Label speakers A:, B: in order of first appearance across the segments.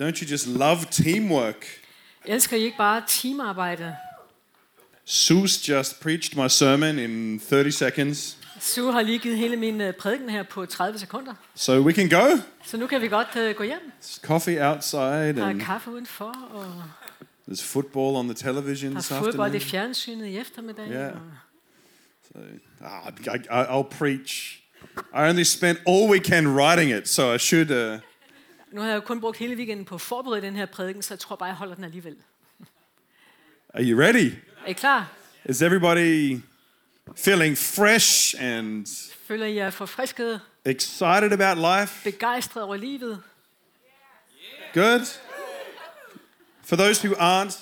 A: Don't you just love teamwork?
B: Elsker I ikke bare teamarbejde?
A: Seuss just preached my sermon in 30 seconds,
B: Sue har lige givet hele min øh, prædiken her på 30 sekunder.
A: so we can go.
B: Så nu kan vi godt øh, gå hjem.
A: There's coffee outside,
B: Der er
A: and
B: kaffe udenfor, og
A: there's football on the television this
B: har fodbold i
A: afternoon.
B: fjernsynet i eftermiddag.
A: Ja.
B: og-
A: So, ah, I, I, I'll preach. I only spent all weekend writing it, so I should. Uh,
B: Nu har jeg jo kun brugt hele weekenden på at forberede den her prædiken, så jeg tror bare, jeg holder den alligevel.
A: are you ready?
B: Er I klar?
A: Is everybody feeling fresh and
B: Føler I jer forfrisket,
A: excited about life?
B: begejstret over livet?
A: Good. For those who aren't,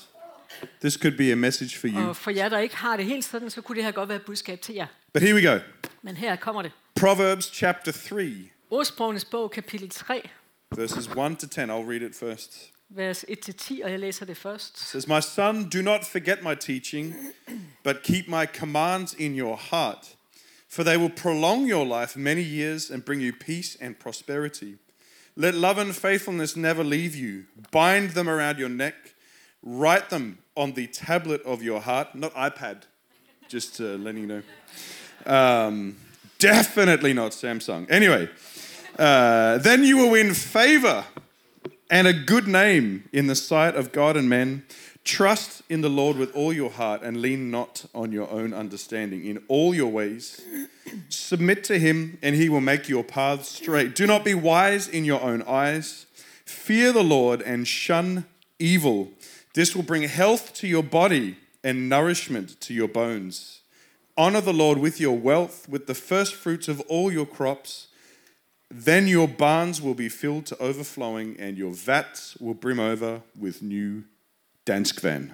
A: this could be a message for you.
B: Og for jer, der ikke har det helt sådan, så kunne det her godt være et budskab til jer.
A: But here we go.
B: Men her kommer det.
A: Proverbs chapter 3,
B: Ordsprogenes bog, kapitel 3,
A: verses 1 to 10. I'll read it first.
B: vers 1-10, og jeg læser det
A: It
B: først.
A: says, My son, do not forget my teaching, but keep my commands in your heart, for they will prolong your life many years and bring you peace and prosperity. Let love and faithfulness never leave you. Bind them around your neck. Write them on the tablet of your heart, not iPad, just uh, letting you know. Um, definitely not Samsung. Anyway, uh, then you will win favor and a good name in the sight of God and men. Trust in the Lord with all your heart and lean not on your own understanding. In all your ways, submit to him, and he will make your paths straight. Do not be wise in your own eyes. Fear the Lord and shun evil. This will bring health to your body and nourishment to your bones. Honor the Lord with your wealth, with the first fruits of all your crops. Then your barns will be filled to overflowing, and your vats will brim over with new Danskvan.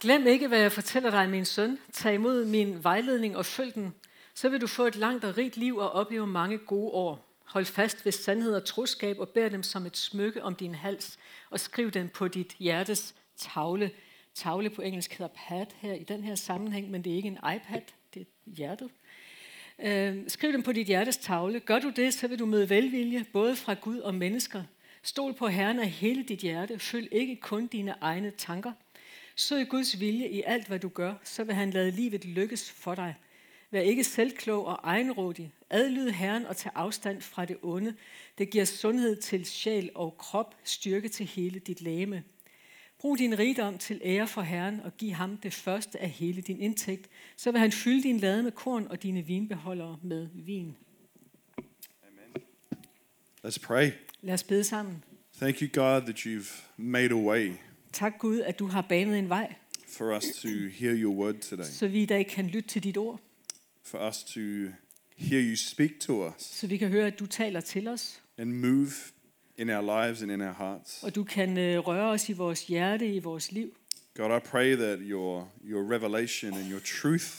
B: Glem ikke, hvad jeg fortæller dig, min søn. Tag imod min vejledning og følg den. Så vil du få et langt og rigt liv og opleve mange gode år. Hold fast ved sandhed og troskab og bær dem som et smykke om din hals. Og skriv dem på dit hjertes tavle. Tavle på engelsk hedder pad her i den her sammenhæng, men det er ikke en iPad, det er hjertet. Øh, skriv dem på dit hjertes tavle. Gør du det, så vil du møde velvilje, både fra Gud og mennesker. Stol på Herren af hele dit hjerte. Følg ikke kun dine egne tanker. Søg Guds vilje i alt, hvad du gør, så vil han lade livet lykkes for dig. Vær ikke selvklog og egenrådig. Adlyd Herren og tag afstand fra det onde. Det giver sundhed til sjæl og krop, styrke til hele dit lægeme. Brug din rigdom til ære for Herren og giv ham det første af hele din indtægt. Så vil han fylde din lade med korn og dine vinbeholdere med vin.
A: Let's pray.
B: Lad os bede sammen.
A: Thank you, God, that you've made a way
B: Tak Gud, at du har banet en vej,
A: for us to hear your word today,
B: så vi i dag kan lytte til dit ord,
A: for us to hear you speak to us
B: så vi kan høre, at du taler til os,
A: and move in our lives and in our hearts.
B: og du kan øh, røre os i vores hjerte, i vores liv.
A: God, I pray that your, your revelation and your truth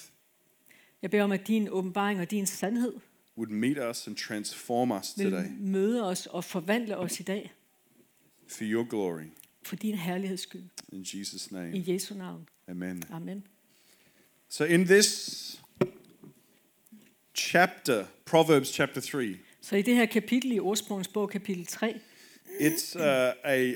B: Jeg beder om, at din åbenbaring og din sandhed
A: would meet us and transform us
B: vil
A: today
B: møde os og forvandle os i dag
A: for your glory.
B: for din herligheds skyld.
A: In Jesus' name,
B: I Jesu navn.
A: amen.
B: Amen.
A: So, in this chapter, Proverbs chapter 3,
B: Så i det her kapitel i Ordsprogens bog, kapitel 3,
A: it's uh, a,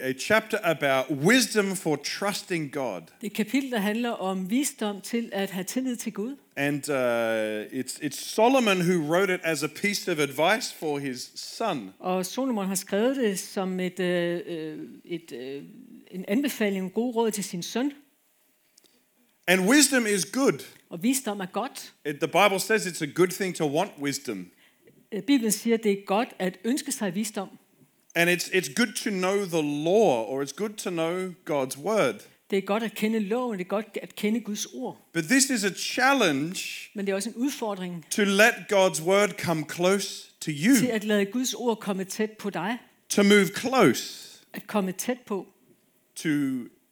A: a chapter about wisdom for trusting God.
B: Det er et kapitel, der handler om visdom til at have tillid til Gud.
A: And uh, it's, it's Solomon who wrote it as a piece of advice for his son.
B: Og Solomon har skrevet det som et, øh, øh, et, øh, en anbefaling, en god råd til sin søn.
A: And wisdom is good.
B: Og visdom er godt.
A: It, the Bible says it's a good thing to want wisdom.
B: Øh, Bibelen siger, at det er godt at ønske sig visdom.
A: And it's, it's good to know the law, or it's good to know God's word.
B: Det er godt at kende loven, det er godt at kende Guds ord.
A: But this is a challenge
B: Men det er også en udfordring
A: to let God's word come close to you.
B: til at lade Guds ord komme tæt på dig.
A: to move close
B: At komme tæt på.
A: to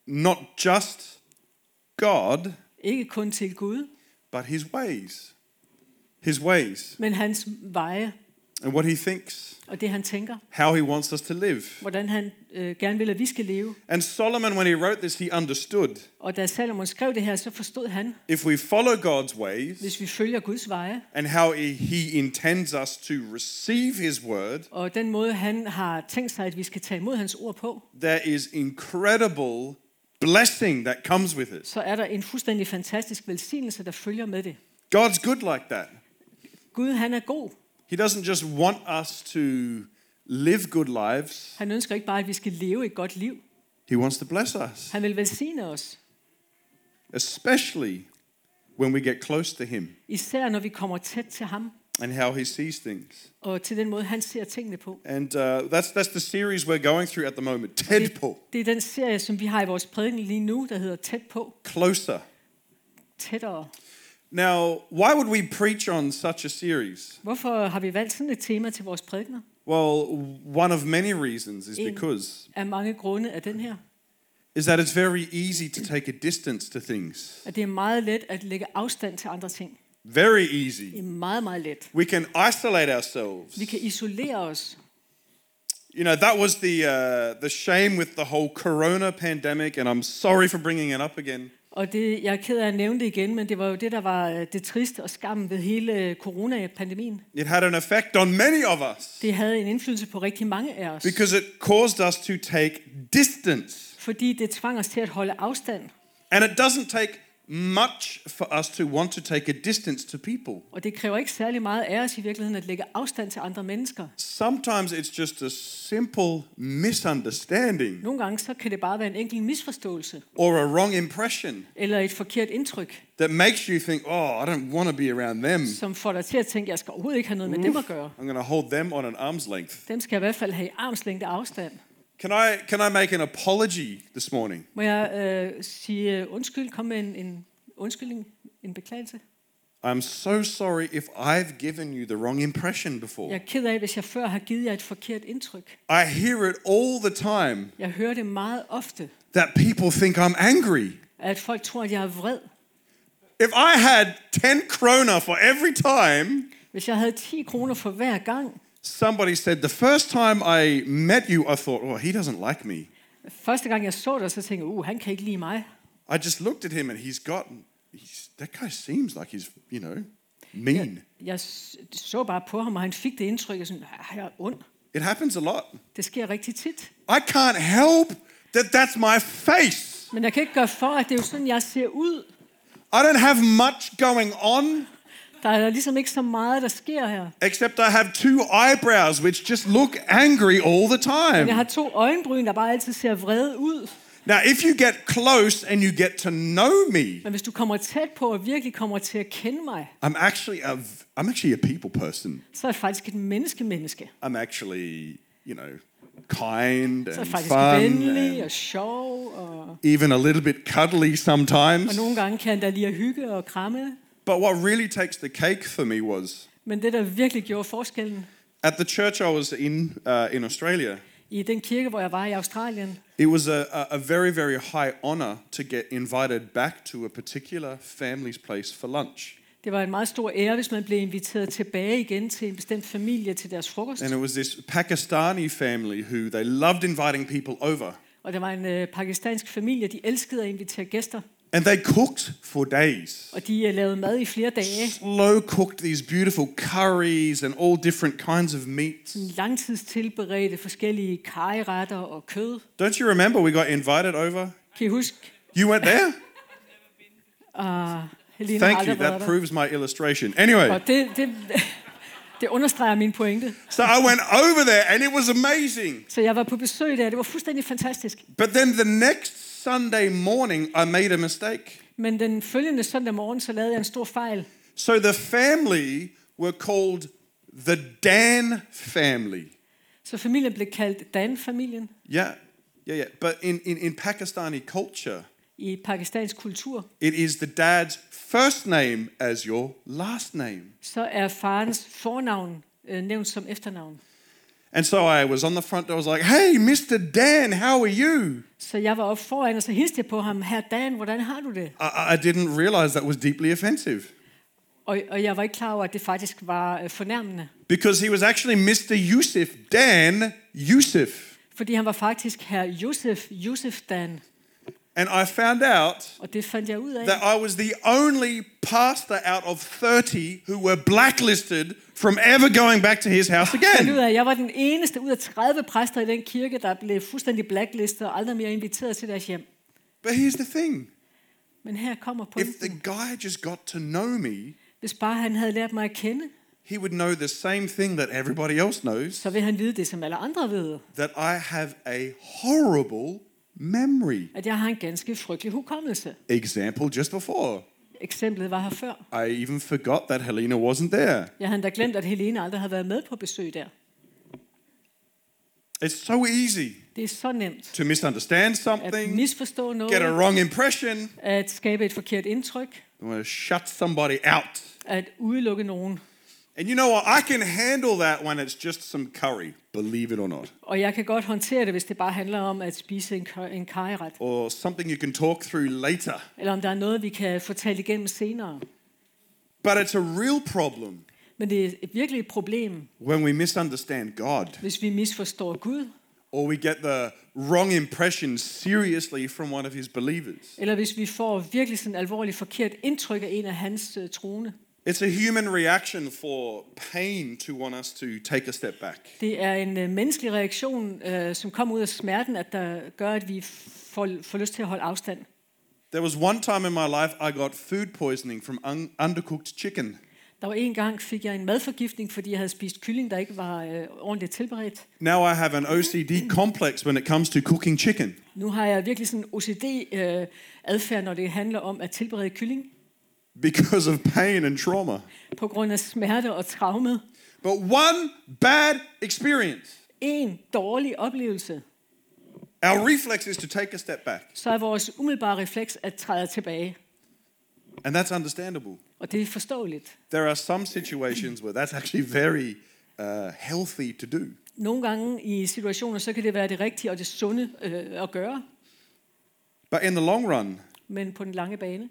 A: not just God,
B: Ikke kun til Gud,
A: but his ways. His ways.
B: men hans veje.
A: and what he thinks,
B: og det han tænker,
A: how he wants us to live.
B: hvordan han øh, gerne vil, at vi skal leve.
A: And Solomon, when he wrote this, he understood
B: Og da Salomon skrev det her, så forstod han,
A: if we follow God's ways
B: hvis vi følger Guds veje,
A: and how he- he intends us to receive his word,
B: og den måde, han har tænkt sig, at vi skal tage imod hans ord på,
A: there is incredible blessing that comes with it.
B: så er der en fuldstændig fantastisk velsignelse, der følger med det.
A: God's good like that.
B: Gud, han er god.
A: He doesn't just want us to live good lives,
B: Han ønsker ikke bare, at vi skal leve et godt liv.
A: He wants to bless us,
B: Han vil velsigne os,
A: especially when we get close to Him
B: især når vi kommer tæt til ham,
A: and how He sees things.
B: og til den måde, han ser tingene på.
A: And uh, that's, that's the series we're going through at the moment Tedpol,
B: Det, det er den serie, som vi har i vores prædiken lige nu, der hedder Tæt på,
A: Closer.
B: tættere.
A: Now, why would we preach on such a series?
B: Hvorfor har vi valgt sådan et tema til vores prædikener?
A: Well, one of many reasons is
B: In-
A: because
B: Af mange grunde er den her,
A: is that it's very easy to take a distance to things.
B: at det er meget let at lægge afstand til andre ting.
A: Very
B: Det
A: easy.
B: er meget, meget let.
A: We can isolate ourselves.
B: Vi kan isolere os.
A: You know, that was the uh, the shame with the whole corona pandemic, and I'm sorry for bringing it up again.
B: Og det, jeg er ked af at nævne det igen, men det var jo det, der var øh, det triste og skammen ved hele øh, coronapandemien.
A: It had an effect on many of us
B: Det havde en indflydelse på rigtig mange af os.
A: because it caused us to take distance.
B: Fordi det tvang os til at holde afstand.
A: And it doesn't take much for us to want to take a distance to people.
B: Og det kræver ikke særlig meget af os i virkeligheden at lægge afstand til andre mennesker.
A: Sometimes it's just a simple misunderstanding
B: Nogle gange så kan det bare være en enkelt misforståelse
A: or a wrong impression
B: eller et forkert indtryk,
A: that makes you think, oh, I don't want to be around them.
B: som får dig til at tænke, at jeg skal overhovedet ikke have noget med dem at gøre.
A: I'm going to hold them on an arm's length.
B: Dem skal jeg i hvert fald have i armslængde afstand.
A: Can I, can I make an apology this morning?
B: Må jeg øh, sige øh, undskyld, komme med en, en undskyldning, en beklagelse?
A: I'm so sorry if I've given you the wrong impression before.
B: Jeg er ked af, hvis jeg før har givet jer et forkert indtryk.
A: I hear it all the time
B: Jeg hører det meget ofte,
A: that people think I'm angry.
B: at folk tror, at jeg er vred.
A: If I had 10 krona for every time
B: Hvis jeg havde 10 kroner for hver gang,
A: somebody said, the first time I met you, I thought, oh, he doesn't like me.
B: første gang jeg så dig, så tænkte jeg, uh, han kan ikke lide mig.
A: I just looked at him and he's got, he's, that guy seems like he's, you know, mean.
B: Jeg s- så bare på ham, og han fik det indtryk, at sådan, "Ah, jeg er ond.
A: It happens a lot.
B: Det sker rigtig tit.
A: I can't help that that's my face.
B: Men jeg kan ikke gøre for, at det er jo sådan, jeg ser ud.
A: I don't have much going on
B: Der er ligesom ikke så meget, der sker her.
A: Except I have two eyebrows which just look angry all the time.
B: Men jeg har to øjenbryn, der bare altid ser vrede ud.
A: Now, if you get close and you get to know me,
B: Men hvis du kommer tæt på og virkelig kommer til at kende mig,
A: I'm actually a, v- I'm actually a people person.
B: så er jeg faktisk et menneske-menneske.
A: I'm actually, you know, kind
B: Så er
A: and
B: jeg faktisk
A: fun,
B: venlig
A: and
B: og sjov, og,
A: even a little bit cuddly
B: og
A: sometimes.
B: nogle gange kan jeg da lide at hygge og kramme.
A: But what really takes the cake for me was
B: Men det, der virkelig gjorde forskellen
A: at the church I was in uh, in Australia.
B: i den kirke, hvor jeg var i Australien,
A: It was a, a a very, very high honor to get invited back to a particular family's place for lunch.
B: det var en meget stor ære, hvis man blev inviteret tilbage igen til en bestemt familie til deres frokost.
A: And it was this Pakistani family who they loved inviting people over.
B: Og der var en øh, pakistansk familie, de elskede at invitere gæster,
A: And they cooked for days.
B: og de øh, lavede mad i flere dage.
A: Slow cooked these beautiful curries and all different kinds of meats.
B: Langtidstilberedte forskellige kajretter og kød.
A: Don't you remember we got invited over?
B: Kan I huske?
A: You went there?
B: Helene har
A: Thank you.
B: aldrig været
A: That
B: der.
A: proves my illustration. Anyway,
B: Og det, det, det understreger min pointe.
A: so I went over there and it was amazing.
B: Så jeg var på besøg der, det var fuldstændig fantastisk.
A: But then the next Sunday morning, I made a mistake.
B: Men den følgende søndag morgen, så lavede jeg en stor fejl.
A: So the family were called the Dan family.
B: Så familien blev kaldt Dan-familien
A: Yeah, yeah, yeah. But in, in, in Pakistani culture,
B: i pakistansk kultur.
A: it is the dad's first name as your last name.
B: Så er farens fornavn øh, nævnt som efternavn.
A: And so I was on the front door, I was like, hey, Mr. Dan, how are you?
B: Så jeg var oppe foran, og så hilste jeg på ham. Her Dan, hvordan har du det?
A: I- I, I didn't realize that was deeply offensive.
B: Og, og jeg var ikke klar over, at det faktisk var øh, fornærmende.
A: because he was actually Mr. Yusuf, Dan Yusuf.
B: Fordi han var faktisk herr Josef, Josef Dan.
A: And I found out
B: Og det fandt jeg ud af.
A: that I was the only pastor out of 30 who were blacklisted from ever going back to his house
B: fandt ud
A: again.
B: af, at jeg var den eneste ud af 30 præster i den kirke, der blev fuldstændig blacklistet og aldrig mere inviteret til deres hjem.
A: But here's the thing
B: Men her kommer
A: if the
B: pointen.
A: guy just got to know me,
B: Hvis bare han havde lært mig at kende,
A: he would know the same thing that everybody else knows
B: så vil han vide det, som alle andre ved.
A: that I have a horrible memory.
B: At jeg har en ganske frygtelig hukommelse.
A: Example just before.
B: Eksemplet var her før.
A: I even forgot that Helena wasn't there.
B: Jeg havde da glemt, at Helene aldrig havde været med på besøg der.
A: It's so easy
B: Det er så nemt
A: to misunderstand
B: at
A: something,
B: misforstå
A: get a
B: noget,
A: wrong impression,
B: at skabe et forkert indtryk,
A: and want to shut somebody out.
B: at udelukke nogen.
A: And you know what? I can handle that when it's just some curry, believe it or not,
B: Og jeg kan godt håndtere det, hvis det bare handler om at spise en, kø- en kajeret.
A: or something you can talk through later.
B: Eller om der er noget, vi kan fortælle igennem senere.
A: But it's a real problem
B: Men det er et virkelig et problem,
A: when we misunderstand God
B: hvis vi misforstår Gud,
A: or we get the wrong impression seriously from one of his believers.
B: eller hvis vi får virkelig sådan alvorligt forkert indtryk af en af hans øh, troende.
A: It's a human reaction for pain to want us to take a step back.
B: Det er en øh, menneskelig reaktion, øh, som kommer ud af smerten, at der gør, at vi får, får lyst til at holde afstand.
A: There was one time in my life I got food poisoning from un- undercooked chicken.
B: Der var en gang, fik jeg en madforgiftning, fordi jeg havde spist kylling, der ikke var øh, ordentligt tilberedt.
A: Now I have an OCD complex when it comes to cooking chicken.
B: Nu har jeg virkelig sådan OCD-adfærd, øh, når det handler om at tilberede kylling,
A: because of pain and trauma.
B: på grund af smerte og traumet.
A: But one bad experience,
B: En dårlig oplevelse,
A: our reflex is to take a step back.
B: så er vores umiddelbare refleks at træde tilbage.
A: And that's understandable.
B: Og det er forståeligt.
A: There are some situations where that's actually very uh, healthy to do.
B: Nogle gange i situationer, så kan det være det rigtige og det sunde øh, at gøre,
A: But in the long run,
B: men på den lange bane,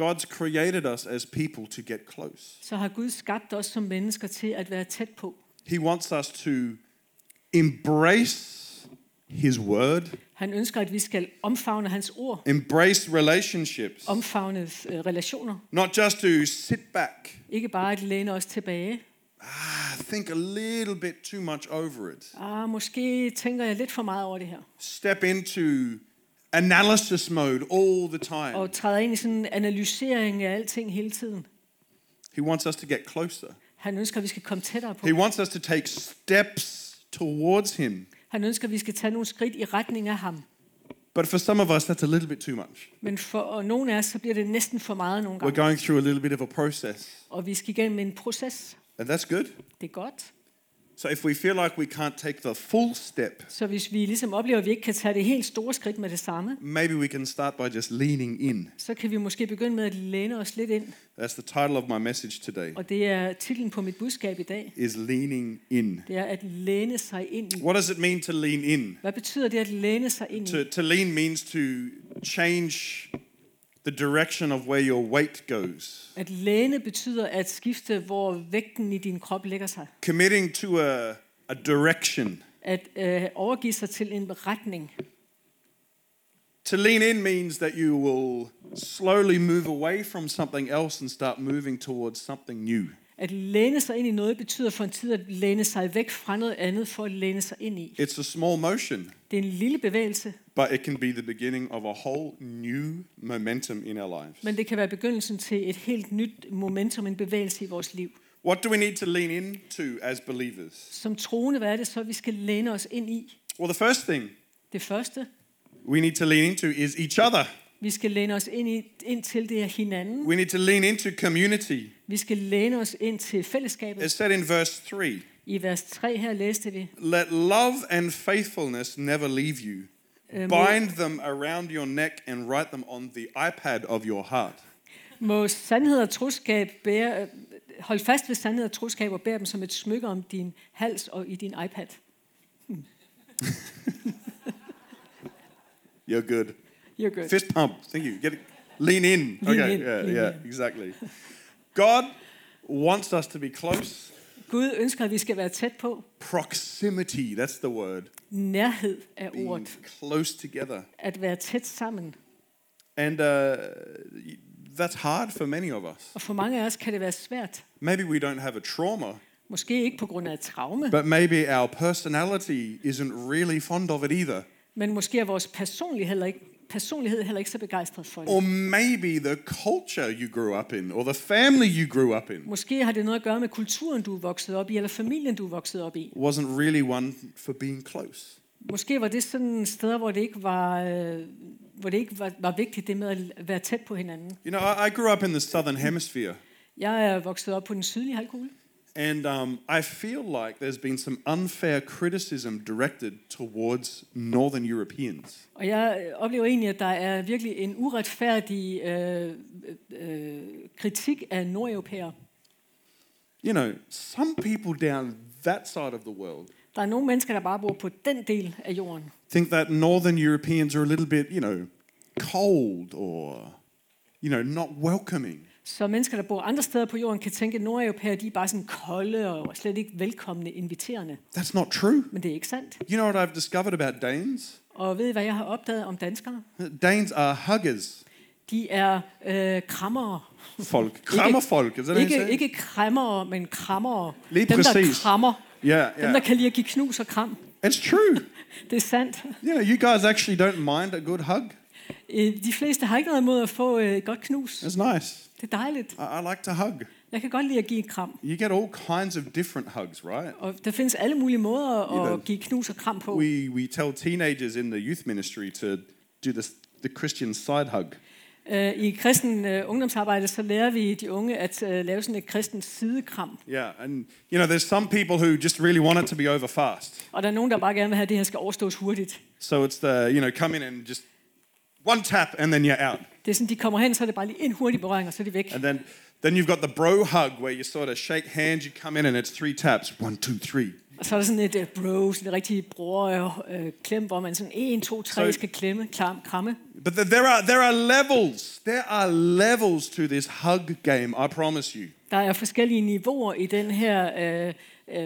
A: God's created us as people to get close.
B: så har Gud skabt os som mennesker til at være tæt på.
A: He wants us to embrace His word,
B: Han ønsker, at vi skal omfavne hans ord,
A: embrace relationships,
B: omfavne øh, relationer.
A: not just to sit back,
B: Ikke bare at læne os tilbage.
A: ah, think a little bit too much over it.
B: Ah, måske tænker jeg lidt for meget over det her.
A: step into analysis mode all the time.
B: Og træder ind i sådan en analysering af alting hele tiden.
A: He wants us to get closer.
B: Han ønsker, at vi skal komme tættere på.
A: He wants us to take steps towards Him.
B: Han ønsker, at vi skal tage nogle skridt i retning af ham.
A: But for some of us, that's a little bit too much.
B: Men for og nogle af os, så bliver det næsten for meget nogle
A: We're
B: gange.
A: going through a little bit of a process,
B: Og vi skal igennem en proces.
A: and that's good.
B: Det er godt.
A: So if we feel like we can't take the full step,
B: Så hvis vi ligesom oplever, at vi ikke kan tage det helt store skridt med det samme,
A: maybe we can start by just leaning in.
B: så kan vi måske begynde med at læne os lidt ind.
A: That's the title of my message today.
B: Og det er titlen på mit budskab i dag.
A: Is leaning in.
B: Det er at læne sig ind i.
A: What does it mean to lean in?
B: Hvad betyder det at læne sig ind i?
A: To, to lean means to change the direction of where your weight goes.
B: At læne betyder at skifte, hvor vægten i din krop lægger sig.
A: committing to a, a direction.
B: At øh, overgive sig til en retning.
A: To lean in means that you will slowly move away from something else and start moving towards something new.
B: At læne sig ind i noget betyder for en tid at læne sig væk fra noget andet for at læne sig ind i.
A: It's a small motion,
B: Det er en lille bevægelse,
A: but it can be the beginning of a whole new momentum in our lives.
B: men det kan være begyndelsen til et helt nyt momentum, en bevægelse i vores liv.
A: What do we need to lean into as believers?
B: Som troende, hvad er det så, vi skal læne os ind i?
A: Well, the first thing
B: Det første,
A: we need to lean into is each other.
B: vi skal læne os ind, i, ind til, det er hinanden.
A: We need to lean into community.
B: Vi skal læne os ind til fællesskabet.
A: It's said in verse 3
B: I vers 3 her læste vi,
A: Let love and faithfulness never leave you.
B: Amen.
A: Bind them around your neck and write them on the iPad of your heart.
B: Må sandhed og troskab bære, øh, hold fast ved sandhed og troskab og bær dem som et smykke om din hals og i din iPad.
A: You're good.
B: You're good.
A: Fist pump. Thank you. Get it. Lean in.
B: Lean
A: okay.
B: in,
A: Yeah,
B: lean
A: yeah,
B: in.
A: exactly. God wants us to be close.
B: Gud ønsker, at vi skal være tæt på.
A: Proximity, that's the word.
B: Nærhed er
A: Being
B: ordet.
A: close together.
B: At være tæt sammen.
A: And uh, that's hard for many of us.
B: Og for mange af os kan det være svært.
A: Maybe we don't have a trauma,
B: Måske ikke på grund af et traume,
A: but maybe our personality isn't really fond of it either.
B: men måske er vores personlighed heller ikke, personlighed heller ikke så begejstret for det.
A: Or maybe the culture you grew up in, or the family you grew up in,
B: Måske har det noget at gøre med kulturen, du er vokset op i, eller familien, du er vokset op i.
A: wasn't really one for being close.
B: Måske var det sådan steder, hvor det ikke var, øh, hvor det ikke var, var vigtigt, det med at være tæt på hinanden.
A: You know, I, I grew up in the southern hemisphere,
B: Jeg er vokset op på den sydlige halvkugle,
A: and um, I feel like there's been some unfair criticism directed towards northern Europeans.
B: og jeg øh, oplever egentlig, at der er virkelig en uretfærdig øh, øh, kritik af nordeuropæere.
A: You know, some people down that side of the world
B: Der er nogle mennesker, der bare bor på den del af jorden,
A: think that northern Europeans are a little bit, you know, cold or, you know, not welcoming.
B: Så mennesker, der bor andre steder på jorden, kan tænke, at nordeuropæere de er bare sådan kolde og slet ikke velkomne, inviterende.
A: That's not true.
B: Men det er ikke sandt.
A: You know what I've discovered about Danes?
B: Og ved I, hvad jeg har opdaget om danskere?
A: Danes are huggers.
B: De er øh, krammere.
A: Folk. Krammerfolk, is that what you
B: Ikke,
A: say?
B: ikke krammere, men krammere.
A: Lige
B: Dem, der
A: præcis.
B: krammer.
A: Yeah,
B: Dem, der
A: yeah.
B: kan lide at give knus og kram.
A: It's true.
B: Det er sandt.
A: You know, you guys actually don't mind a good hug.
B: Øh, De fleste har ikke noget imod at få øh, et godt knus.
A: It's nice.
B: Det er dejligt.
A: I, I like to hug.
B: Jeg kan godt lide at give et kram.
A: You get all kinds of different hugs, right?
B: Og der findes alle mulige måder
A: Ivan.
B: at give knus og kram på.
A: We, we tell teenagers in the youth ministry to do this, the Christian side hug.
B: Øh, I kristen øh, ungdomsarbejde, så lærer vi de unge at øh, lave sådan et kristent sidekram.
A: Yeah, and you know, there's some people who just really want it to be over fast.
B: Og der er nogen, der bare gerne vil have, at det her skal overstås hurtigt.
A: So it's the, you know, come in and just one tap and then you're out.
B: Det er sådan, de kommer hen, så er det bare lige en hurtig berøring, og så er de væk.
A: And then, then you've got the bro hug where you sort of shake hands, you come in and it's three taps. One, two, three.
B: Og så er der sådan et øh, bro, sådan et rigtigt bror øh, klem, hvor man sådan en, to,
A: Så-
B: tre skal klemme, klam, kramme.
A: But th- there, are, there are levels. There are levels to this hug game, I promise you.
B: Der er forskellige niveauer i den her øh,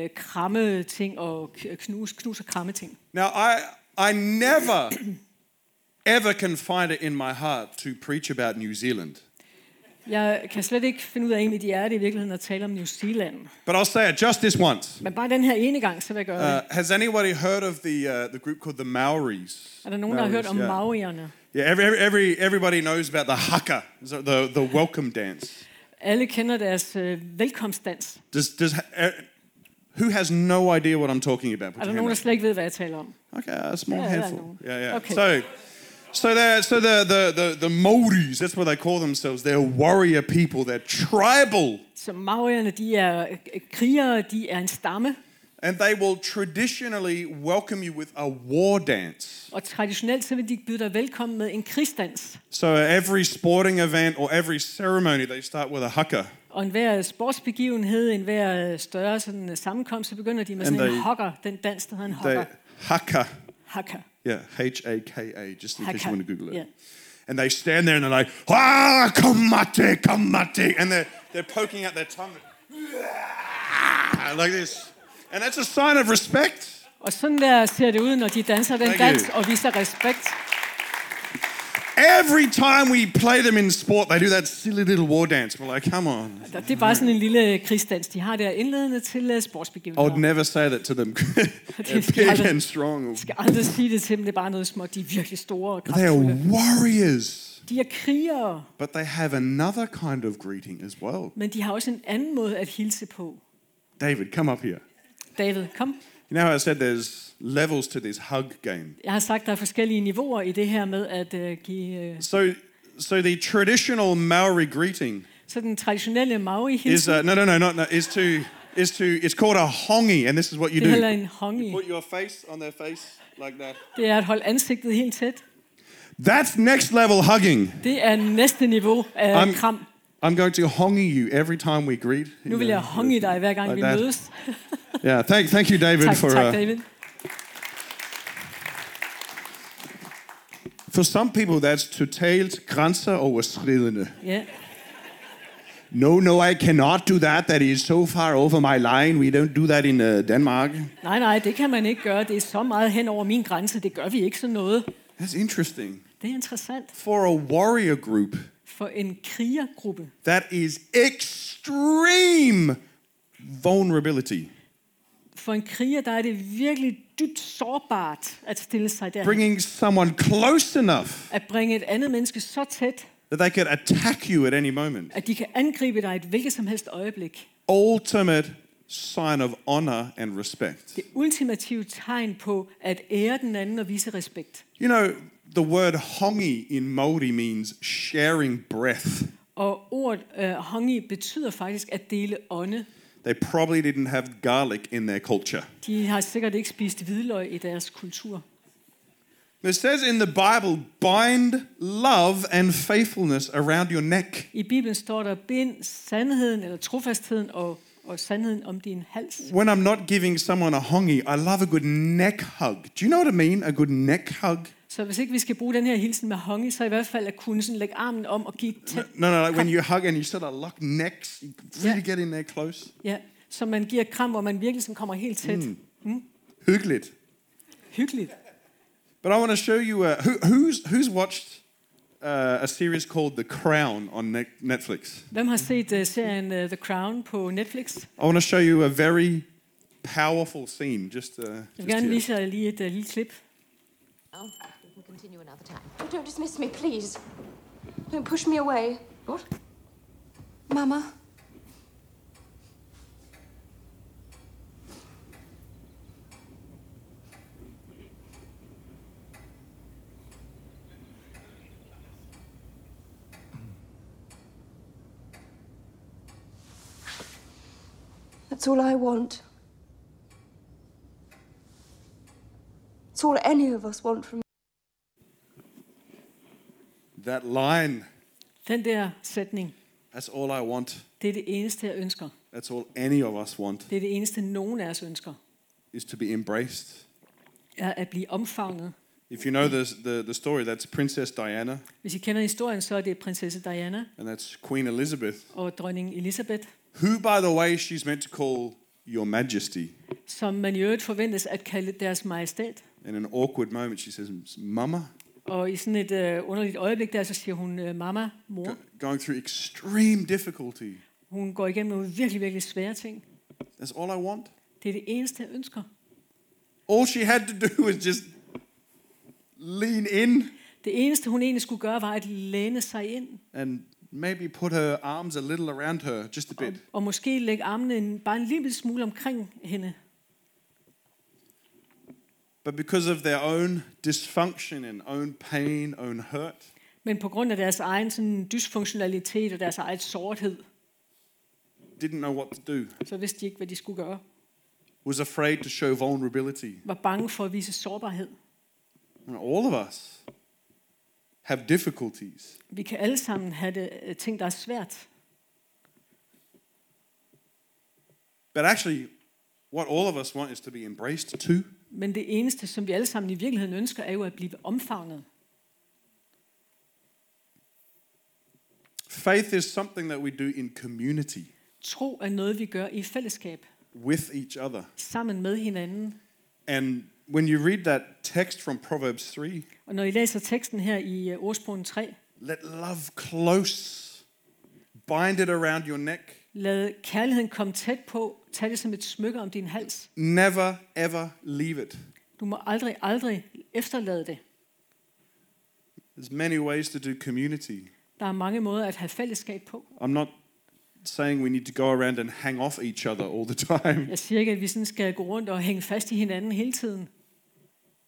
B: øh, kramme ting og k- øh, knus, knus og kramme ting.
A: Now, I, I never, ever can find it in my heart to preach about New Zealand.
B: Jeg kan slet ikke finde ud af, egentlig de er det i virkeligheden at tale om New Zealand.
A: But I'll say it just this once.
B: Men bare den her ene gang, så vil jeg gøre det.
A: Uh, has anybody heard of the, uh, the group called the Maoris?
B: Er der nogen, der har hørt om
A: yeah.
B: Maorierne?
A: Yeah, every, every, every, everybody knows about the haka, so the, the welcome dance.
B: Alle kender deres øh, velkomstdans.
A: Does, does, uh, who has no idea what I'm talking about? Put
B: Er der
A: your
B: nogen, der
A: hand
B: slet ikke ved, hvad jeg taler om?
A: up. Okay, a small
B: Yeah, yeah,
A: handful.
B: no.
A: Yeah, yeah.
B: Okay.
A: So, so, they're, so the, the, the, the Maoris, that's what they call themselves. They're warrior people, they're tribal.
B: Så Maorierne, de er øh, krigere, de er en stamme,
A: And they will traditionally welcome you with a war dance.
B: og traditionelt så vil de byde dig velkommen med en krigsdans.
A: So at every sporting event or every ceremony, they start with a haka.
B: Og enhver sportsbegivenhed, enhver øh, større sådan, øh, sammenkomst, så begynder de med
A: And
B: sådan en
A: they-
B: hokker, den dans, der hedder en
A: They,
B: hokker.
A: haka.
B: Hakka.
A: Yeah, H A K A, just in case you
B: Haka,
A: want to Google it.
B: yeah.
A: And they stand there and they're like, ah, kamate, kamate. And they're, they're poking out their tongue like this. And that's a sign of respect.
B: Og sådan der ser det ud, når de danser den
A: Thank you.
B: dans og viser respekt.
A: Every time we play them in sport, they do that silly little war dance. We're like, come on.
B: Og Det er bare sådan en lille øh, krigsdans, de har der indledende til øh,
A: I would
B: sportsbegivenheder.
A: never say that to them. They're
B: It's
A: big
B: the other-
A: and strong.
B: Jeg skal aldrig sige det til dem, det er bare noget småt. De er virkelig store og
A: They're
B: kraftfulde.
A: warriors.
B: De er krigere,
A: But they have another kind of greeting as well.
B: men de har også en anden måde at hilse på.
A: David, come up here.
B: David, kom.
A: You know how I said there's levels to this hug game?
B: Jeg har sagt, der er forskellige niveauer i det her med at øh, give... Øh,
A: So, so the traditional Maori greeting
B: så den traditionelle maui
A: is
B: hilsen
A: uh, no, no, no, not no, is to is to it's called a hongi, and this is what you
B: det hedder
A: do.
B: en hongi.
A: Put your face on their face like that.
B: Det er at holde ansigtet helt tæt.
A: That's next level hugging.
B: Det er næste niveau af
A: I'm-
B: kram.
A: I'm going to hongi you every time we greet.
B: Nu vil jeg hongi dig, hver gang
A: Like
B: vi
A: that.
B: mødes.
A: Yeah, thank thank you, David,
B: Tak,
A: for
B: tak
A: uh,
B: David.
A: for some people that's totalt grænseoverskridende.
B: Ja.
C: No, no, I cannot do that. That is so far over my line. We don't do that in uh, Denmark.
B: Nej, nej, det kan man ikke gøre. Det er så meget hen over min grænse. Det gør vi ikke sådan noget.
A: That's interesting.
B: Det er interessant
A: For a warrior group,
B: for en krigergruppe.
A: that is extreme vulnerability.
B: For en kriger, der er det virkelig dybt sårbart at stille sig der.
A: Bringing someone close enough
B: At bringe et andet menneske så tæt,
A: that they could attack you at any moment.
B: at de kan angribe dig et hvilket som helst øjeblik.
A: Ultimate sign of honor and respect.
B: Det ultimative tegn på at ære den anden og vise respekt.
A: You know, the word hongi in Maori means sharing breath.
B: Og ordet øh, hongi betyder faktisk at dele ånde.
A: They probably didn't have garlic in their culture.
B: De har sikkert ikke spist hvidløg i deres kultur.
A: It says in the Bible, bind love and faithfulness around your neck.
B: I Bibelen står der, bind sandheden eller trofastheden og, og sandheden om din hals.
A: When I'm not giving someone a hongi, I love a good neck hug. Do you know what I mean? A good neck hug?
B: Så hvis ikke vi skal bruge den her hilsen med hongi, så i hvert fald at kunne sådan lægge armen om og give et tæt.
A: No, no, like when you hug and you sort of lock necks, you really
B: Yeah.
A: get in there close.
B: Ja, så man giver et kram, hvor man virkelig sådan kommer helt tæt. Mm.
A: Hooglit.
B: Hyggeligt.
A: But I want to show you uh, who, who's, who's watched uh, a series called The Crown on Net- Netflix.
B: Hvem har set uh, serien uh, The Crown på Netflix?
A: I want to show you a very powerful scene. Just, uh,
B: Jeg
A: just
B: vil gerne
A: here.
B: vise jer lige et uh, lille klip.
D: Oh, we can continue another time. Oh, don't dismiss me, please. Don't push me away. What? Mama. That's all I want. It's all any of us want from
A: that line.
B: Den der sætning,
A: That's all I want.
B: det er det eneste, jeg ønsker.
A: That's all any of us want
B: Det er det eneste, nogen af os ønsker.
A: is to be embraced.
B: Er at blive omfavnet.
A: If you know the, the, the story, that's Princess Diana
B: Hvis I kender historien, så er det prinsesse Diana
A: and that's Queen Elizabeth,
B: og dronning Elisabeth,
A: who, by the way, she's meant to call Your Majesty.
B: som man i øvrigt forventes at kalde deres majestæt.
A: In an awkward moment, she says, Mama,
B: Og i sådan et øh, underligt øjeblik der, så siger hun, øh, mamma, mor,
A: Go- going through extreme difficulty.
B: hun går igennem nogle virkelig, virkelig svære ting.
A: That's all I want.
B: Det er det eneste, jeg ønsker.
A: All she had to do was just lean in
B: Det eneste, hun egentlig skulle gøre, var at læne sig ind.
A: and maybe put her arms a little around her, just a bit.
B: Og måske lægge armene en, bare en lille smule omkring hende.
A: But because of their own dysfunction and own pain, own hurt,
B: Men på grund af deres egen sådan, dysfunktionalitet og deres eget sorthed,
A: didn't know what to do,
B: så vidste de ikke, hvad de skulle gøre.
A: was afraid to show vulnerability.
B: Var bange for at vise sårbarhed.
A: And all of us have difficulties.
B: Vi kan alle sammen have det, øh, ting, der er svært.
A: But actually, what all of us want is to be embraced too.
B: Men det eneste, som vi alle sammen i virkeligheden ønsker, er jo at blive omfavnet.
A: Faith is something that we do in community
B: Tro er noget, vi gør i fællesskab,
A: with each other.
B: sammen med hinanden.
A: And when you read that text from Proverbs 3,
B: Og når I læser teksten her i øh, ordsprogen 3,
A: let love close, bind it around your neck,
B: lad kærligheden komme tæt på, tag det som et smykke om din hals.
A: never ever leave it.
B: Du må aldrig, aldrig efterlade det.
A: There's many ways to do community.
B: Der er mange måder at have fællesskab på.
A: I'm not saying we need to go around and hang off each other all the time,
B: Jeg siger ikke, at vi sådan skal gå rundt og hænge fast i hinanden hele tiden.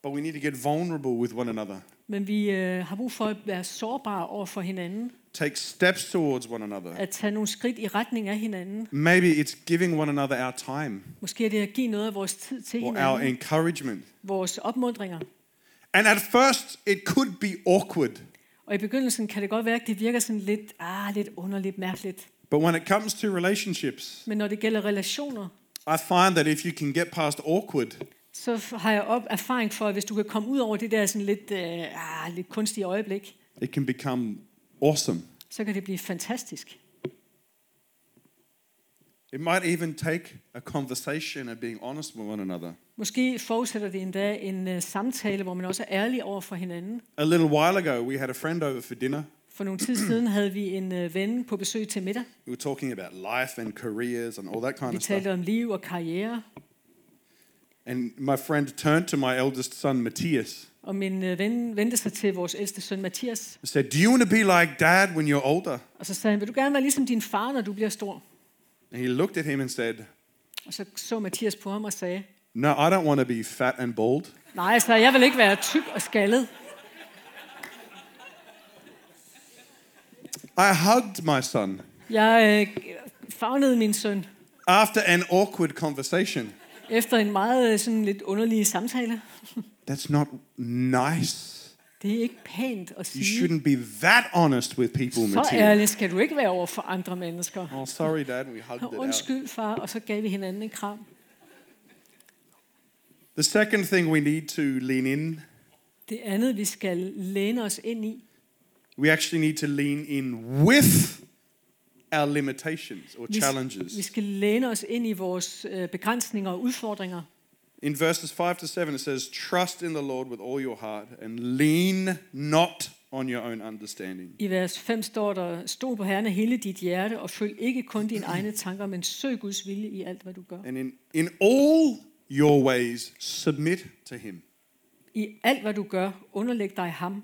A: but we need to get vulnerable with one another,
B: Men vi øh, har brug for at være sårbare over for hinanden.
A: take steps towards one another.
B: At tage nogle skridt i retning af hinanden.
A: Maybe it's giving one another our time
B: Måske er det at give noget af vores tid til
A: or our
B: hinanden.
A: encouragement.
B: Vores opmundringer.
A: And at first, it could be awkward,
B: Og i begyndelsen kan det godt være, at det virker sådan lidt, ah, lidt underligt, mærkeligt.
A: but when it comes to relationships,
B: Men når det gælder relationer,
A: I find that if you can get past awkward,
B: så f- har jeg op erfaring for, at hvis du kan komme ud over det der sådan lidt, øh, ah, lidt kunstige øjeblik,
A: it can become awesome.
B: så kan det blive fantastisk.
A: It might even take a conversation and being honest with one another.
B: Måske forudsætter det endda en øh, samtale, hvor man også er ærlig over for hinanden.
A: A little while ago, we had a friend over for dinner.
B: For nogle tid siden havde vi en øh, ven på besøg til middag.
A: We were talking about life and careers and all that kind
B: Vi
A: of stuff.
B: talte om liv og karriere,
A: And my friend turned to my eldest son, Matthias,
B: og min øh, ven vendte sig til vores ældste søn Mathias,
A: and said, Do you want to be like dad when you're older?
B: og så sagde han, vil du gerne være ligesom din far, når du bliver stor?
A: And he looked at him and said,
B: Og så så Mathias på ham og sagde,
A: No, I don't want to be fat and bald.
B: nej, så jeg vil ikke være tyk og skaldet.
A: I hugged my son
B: Jeg øh, fagnede min søn
A: after an awkward conversation.
B: efter en meget øh, sådan lidt underlig samtale.
A: That's not nice.
B: Det er ikke pænt at
A: You
B: sige.
A: shouldn't be that honest with people,
B: Så
A: Matthias.
B: ærlig skal du ikke være over for andre mennesker.
A: Oh, sorry, Dad, we hugged it out.
B: Undskyld, far, og så gav vi hinanden en kram.
A: The second thing we need to lean in,
B: Det andet, vi skal læne os ind i,
A: we actually need to lean in with our limitations or
B: vi, vi
A: challenges.
B: skal læne os ind i vores øh, begrænsninger og udfordringer.
A: In verses 5 to 7, it says, Trust in the Lord with all your heart and lean not on your own understanding.
B: I vers 5 står der, stå på Herren af hele dit hjerte, og følg ikke kun dine egne tanker, men søg Guds vilje i alt, hvad du gør.
A: And in, in all your ways, submit to Him.
B: I alt, hvad du gør, underlæg dig ham.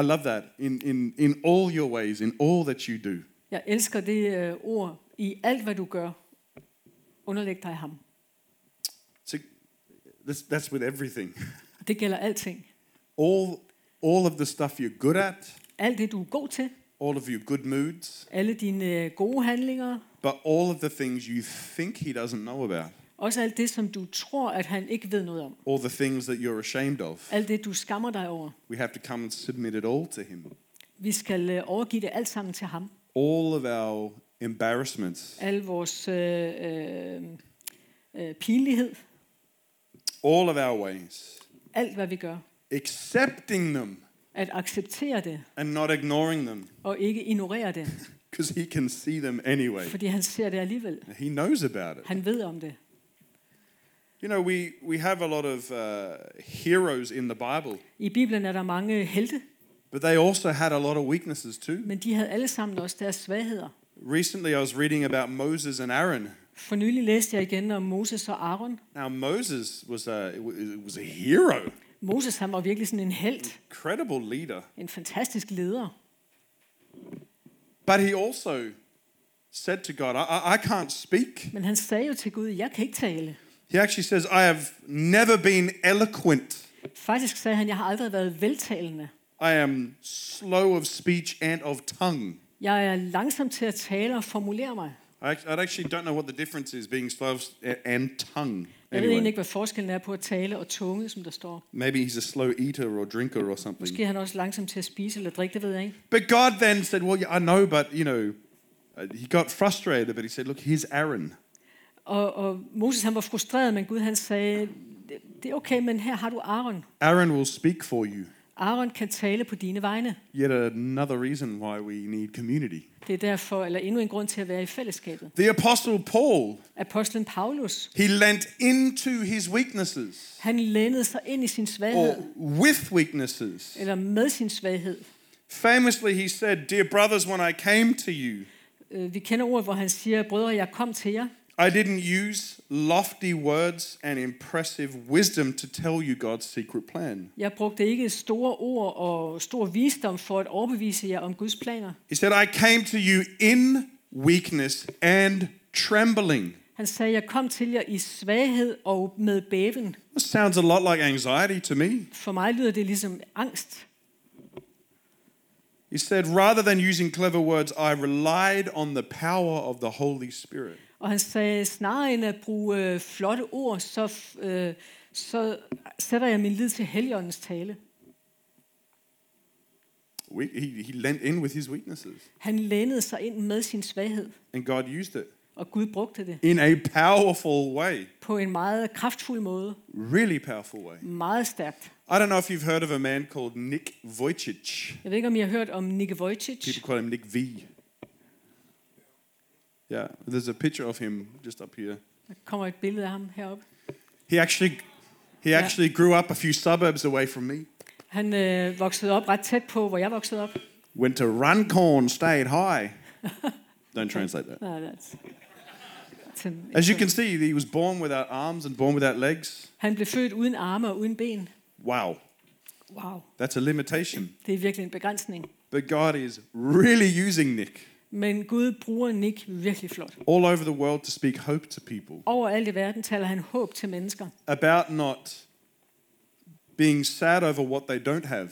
A: I love that. In, in, in all your ways, in all that you do.
B: Jeg elsker det øh, ord. I alt, hvad du gør, underlæg dig ham.
A: So that's, that's with everything.
B: Det gælder alting.
A: All, all of the stuff you're good at,
B: Alt det, du er god til,
A: all of your good moods,
B: alle dine øh, gode handlinger,
A: but all of the things you think he doesn't know about,
B: også alt det, som du tror, at han ikke ved noget om.
A: all the things that you're ashamed of,
B: Alt det, du skammer dig over.
A: we have to come and submit it all to him.
B: Vi skal øh, overgive det alt sammen til ham.
A: All of our embarrassments,
B: Al vores øh, øh, øh, pinlighed,
A: all of our ways,
B: alt hvad vi gør.
A: accepting them
B: At acceptere det,
A: and not ignoring them,
B: og ikke ignorere det,
A: because he can see them anyway.
B: fordi han ser det alligevel.
A: He knows about it.
B: Han ved om det.
A: You know, we, we have a lot of uh, heroes in the Bible,
B: I Bibelen er der mange helte,
A: but they also had a lot of weaknesses too.
B: men de havde alle sammen også deres svagheder.
A: Recently, I was reading about Moses and Aaron.
B: For nylig læste jeg igen om Moses og Aaron.
A: Now, Moses was a, it wa- it was a hero,
B: Moses han var virkelig sådan en held,
A: incredible leader.
B: en fantastisk leder.
A: But he also said to God, I, I, I can't speak.
B: Men han sagde jo til Gud, jeg kan ikke tale.
A: He actually says, I have never been eloquent.
B: Faktisk sagde han, jeg har aldrig været veltalende.
A: I am slow of speech and of tongue.
B: Jeg er langsom til at tale og formulere mig.
A: I, act- I actually don't know what the difference is being slow of, s- a- and tongue.
B: Jeg ved egentlig
A: Anyway,
B: ikke, hvad forskellen er på at tale og tunge, som der står.
A: maybe he's a slow eater or drinker or something.
B: Måske er han også langsom til at spise eller drikke, det ved jeg ikke.
A: But God then said, Well, yeah, I know, but you know, uh, he got frustrated, but he said, Look, here's Aaron.
B: Og, og Moses han var frustreret, men Gud han sagde, "Det- det er okay, men her har du Aaron.
A: Aaron will speak for you.
B: Aaron kan tale på dine vegne.
A: Yet another reason why we need community.
B: Det er derfor, eller endnu en grund til at være i fællesskabet.
A: The Apostle Paul
B: Apostlen Paulus,
A: He lent into his weaknesses
B: han lænede sig ind i sin
A: or
B: svaghed,
A: with weaknesses.
B: eller med sin svaghed.
A: Famously, he said, Dear brothers, when I came to you,
B: Øh, Vi kender ordet, hvor han siger, brødre, jeg kom til jer.
A: I didn't use lofty words and impressive wisdom to tell you God's secret plan.
B: Jeg brugte ikke store ord og stor visdom for at overbevise jer om Guds planer.
A: He said, I came to you in weakness and trembling.
B: Han sagde, jeg kom til jer i svaghed og med bæven.
A: This sounds a lot like anxiety to me.
B: For mig lyder det ligesom angst.
A: He said, Rather than using clever words, I relied on the power of the Holy Spirit.
B: Og han sagde, snarere end at bruge øh, flotte ord, så, f- øh, så sætter jeg min lid til Helligåndens tale.
A: We, he, he lent in with his weaknesses,
B: Han lænede sig ind med sin svaghed,
A: and God used it.
B: og Gud brugte det
A: in a powerful way,
B: på en meget kraftfuld måde,
A: really powerful way.
B: meget stærkt.
A: I don't know if you've heard of a man called Nick Vujicic.
B: Jeg ved ikke, om I har hørt om Nick Vujicic.
A: People call him Nick V. Yeah, there's a picture of him just up here.
B: Der kommer et billede af ham heroppe.
A: He actually, he actually grew up a few suburbs away from me.
B: Han øh, voksede op ret tæt på, hvor jeg voksede op.
C: Went to Runcorn State High.
A: Don't translate that.
B: Nej, that's... Sådan-
A: As you can see, he was born without arms and born without legs.
B: Han blev født uden arme og uden ben.
A: Wow,
B: Wow,
A: that's a limitation.
B: det er virkelig en begrænsning.
A: But God is really using Nick
B: Men Gud bruger Nick virkelig flot.
A: all over the world to speak hope to people
B: Overalt i verden taler han håb til mennesker.
A: about not being sad over what they don't have,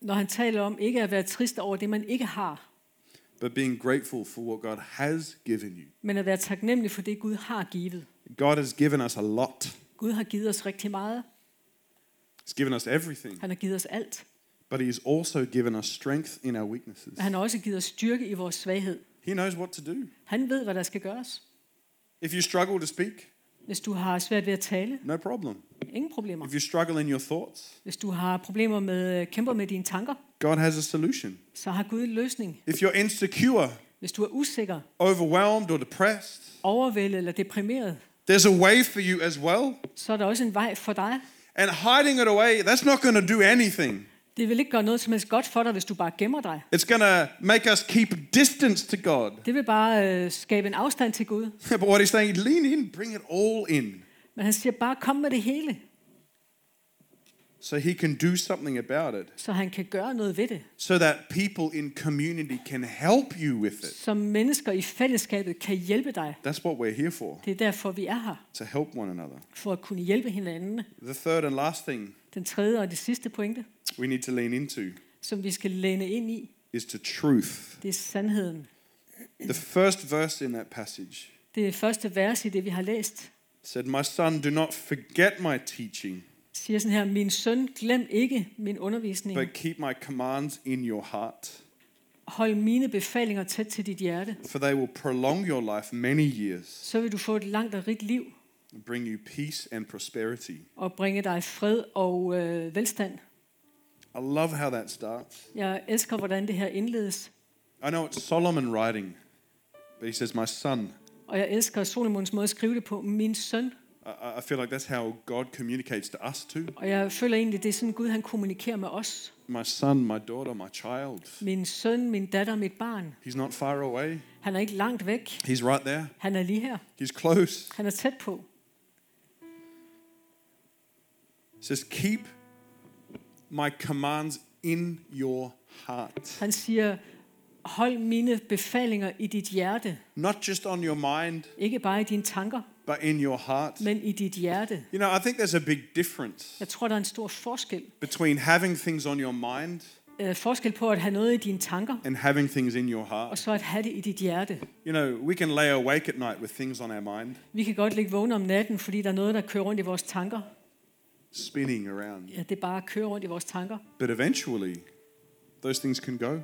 B: Når han taler om ikke at være trist over det, man ikke har,
A: but being grateful for what God has given you.
B: men at være taknemmelig for det, Gud har givet.
A: God has given us a lot,
B: Gud har givet os rigtig meget.
A: He's given us everything,
B: Han har givet os alt.
A: but He's also given us strength in our weaknesses.
B: Men han har også givet os styrke i vores svaghed.
A: He knows what to do.
B: Han ved, hvad der skal gøres.
A: If you struggle to speak,
B: Hvis du har svært ved at tale,
A: no problem.
B: ingen problemer.
A: If you struggle in your thoughts,
B: Hvis du har problemer med, øh, kæmper med dine tanker,
A: God has a solution.
B: så har Gud en løsning.
A: If you're insecure,
B: Hvis du er usikker,
A: overwhelmed, or depressed,
B: overvældet eller deprimeret,
A: there's a way for you as well.
B: så er der også en vej for dig.
A: And hiding it away, that's not going to do anything.
B: Det vil ikke gøre noget som helst godt for dig, hvis du bare gemmer dig.
A: It's going to make us keep distance to God.
B: Det vil bare øh, skabe en afstand til Gud.
A: but what he's saying, lean in, bring it all in,
B: Men han siger, bare kom med det hele,
A: so he can do something about it,
B: så han kan gøre noget ved det.
A: so that people in community can help you with it.
B: Som mennesker i fællesskabet kan hjælpe dig.
A: That's what we're here for,
B: Det er derfor, vi er her.
A: to help one another.
B: For at kunne hjælpe hinanden.
A: The third and last thing
B: Den tredje og det sidste pointe,
A: we need to lean into
B: som vi skal læne ind i,
A: is to truth.
B: det er sandheden.
A: The first verse in that passage
B: Det første vers i det, vi har læst,
A: said, My son, do not forget my teaching,
B: siger sådan her, min søn, glem ikke min undervisning.
A: but keep my commands in your heart.
B: Hold mine befalinger tæt til dit hjerte,
A: for they will prolong your life many years
B: så vil du få et langt og rigt liv
A: and bring you peace and prosperity.
B: og bringe dig fred og øh, velstand.
A: I love how that starts.
B: Jeg elsker, hvordan det her indledes,
A: I know it's Solomon writing, but he says, My son.
B: og jeg elsker Solomons måde at skrive det på, min søn.
A: I- I, I feel like that's how God communicates to us too.
B: Og jeg føler egentlig, det er sådan Gud, han kommunikerer med os.
A: My son, my daughter, my child.
B: Min søn, min datter, mit barn.
A: He's not far away,
B: Han er ikke langt væk.
A: he's right there,
B: Han er lige her.
A: he's close.
B: Han er tæt på.
A: He says, Keep my commands in your heart,
B: Han siger, hold mine befalinger i dit hjerte.
A: not just on your mind,
B: Ikke bare i dine tanker,
A: but in your heart.
B: men i dit hjerte.
A: You know, I think there's a big difference
B: Jeg tror, der er en stor forskel.
A: between having things on your mind
B: Øh, forskel på at have noget i dine tanker,
A: and having things in your
B: og
A: heart.
B: så at have det i dit hjerte.
A: You know, we can lay awake at night with things on our mind
B: Vi kan godt ligge vågne om natten, fordi der er noget, der kører rundt i vores tanker.
A: spinning around.
B: Ja, det bare kører rundt i vores tanker.
A: But eventually, those things can go.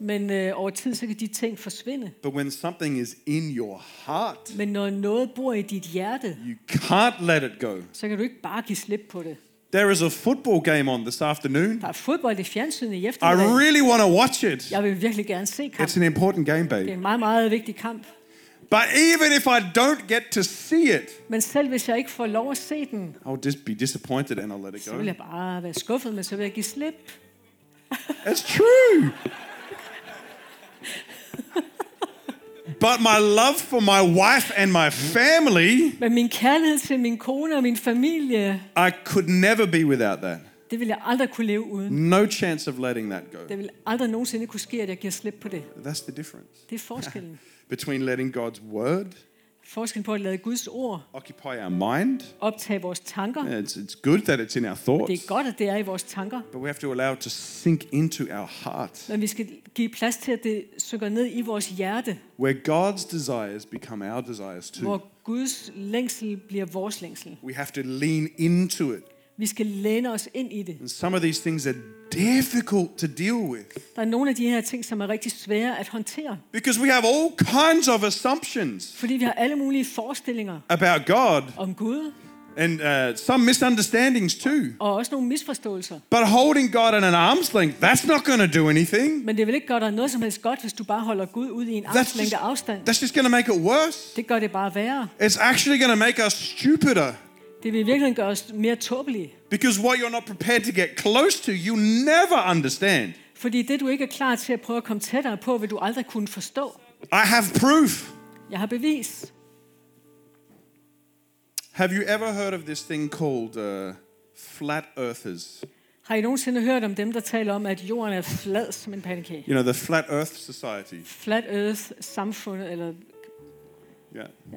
B: Men øh, over tid, så kan de ting forsvinde.
A: But when something is in your heart,
B: Men når noget bor i dit hjerte,
A: you can't let it go.
B: så kan du ikke bare give slip på det.
A: There is a football game on this afternoon.
B: Der er fodbold i fjernsynet i
A: I
B: eftermiddag.
A: really want to watch it.
B: Jeg vil virkelig gerne se kampen.
A: It's an important game,
B: Det er
A: babe.
B: en meget, meget vigtig kamp.
A: But even if I don't get to see it,
B: Men selv hvis jeg ikke får lov at se den,
A: I'll just be disappointed and I'll let it
B: så vil
A: go.
B: jeg bare være skuffet, men så vil jeg give slip.
A: It's true. but my love for my wife and my family
B: Men min kærlighed til min kone og min familie,
A: I could never be without that.
B: det vil jeg aldrig kunne leve uden.
A: No chance of letting that go.
B: Det vil aldrig nogensinde kunne ske, at jeg giver slip på det.
A: That's the difference
B: Det er forskellen.
A: between letting God's word
B: Forskellen på at lade Guds ord
A: occupy our mind.
B: optage vores tanker.
A: It's, it's good that it's in our
B: Det
A: thoughts,
B: er godt, at det er i vores tanker.
A: but we have to allow it to sink into our heart,
B: Men vi skal give plads til, at det synker ned i vores hjerte,
A: where God's desires become our desires too.
B: hvor Guds længsel bliver vores længsel.
A: We have to lean into it.
B: Vi skal læne os ind i det.
A: And some of these things are difficult to deal with
B: Der er nogle af de her ting, som er rigtig svære at håndtere,
A: because we have all kinds of assumptions
B: fordi vi har alle mulige forestillinger
A: about God
B: om Gud,
A: and uh, some misunderstandings too.
B: og også nogle misforståelser.
A: But holding God at an arm's length, that's not going to do anything.
B: Men det vil ikke gøre dig noget som helst godt, hvis du bare holder Gud ud i en
A: That's just,
B: armslængde afstand.
A: that's just going to make it worse.
B: Det gør det bare værre.
A: It's actually going to make us stupider
B: Det vil virkelig gøre os mere tåbelige.
A: because what you're not prepared to get close to, you never understand.
B: Fordi det, du ikke er klar til at prøve at komme tættere på, vil du aldrig kunne forstå.
A: I have proof.
B: Jeg har bevis.
A: Have you ever heard of this thing called uh, flat earthers?
B: Har I nogensinde hørt om dem, der taler om, at jorden er flad som en pandekage?
A: You know, the Flat Earth Society.
B: Flat Earth samfundet, eller
A: Yeah.
B: ja.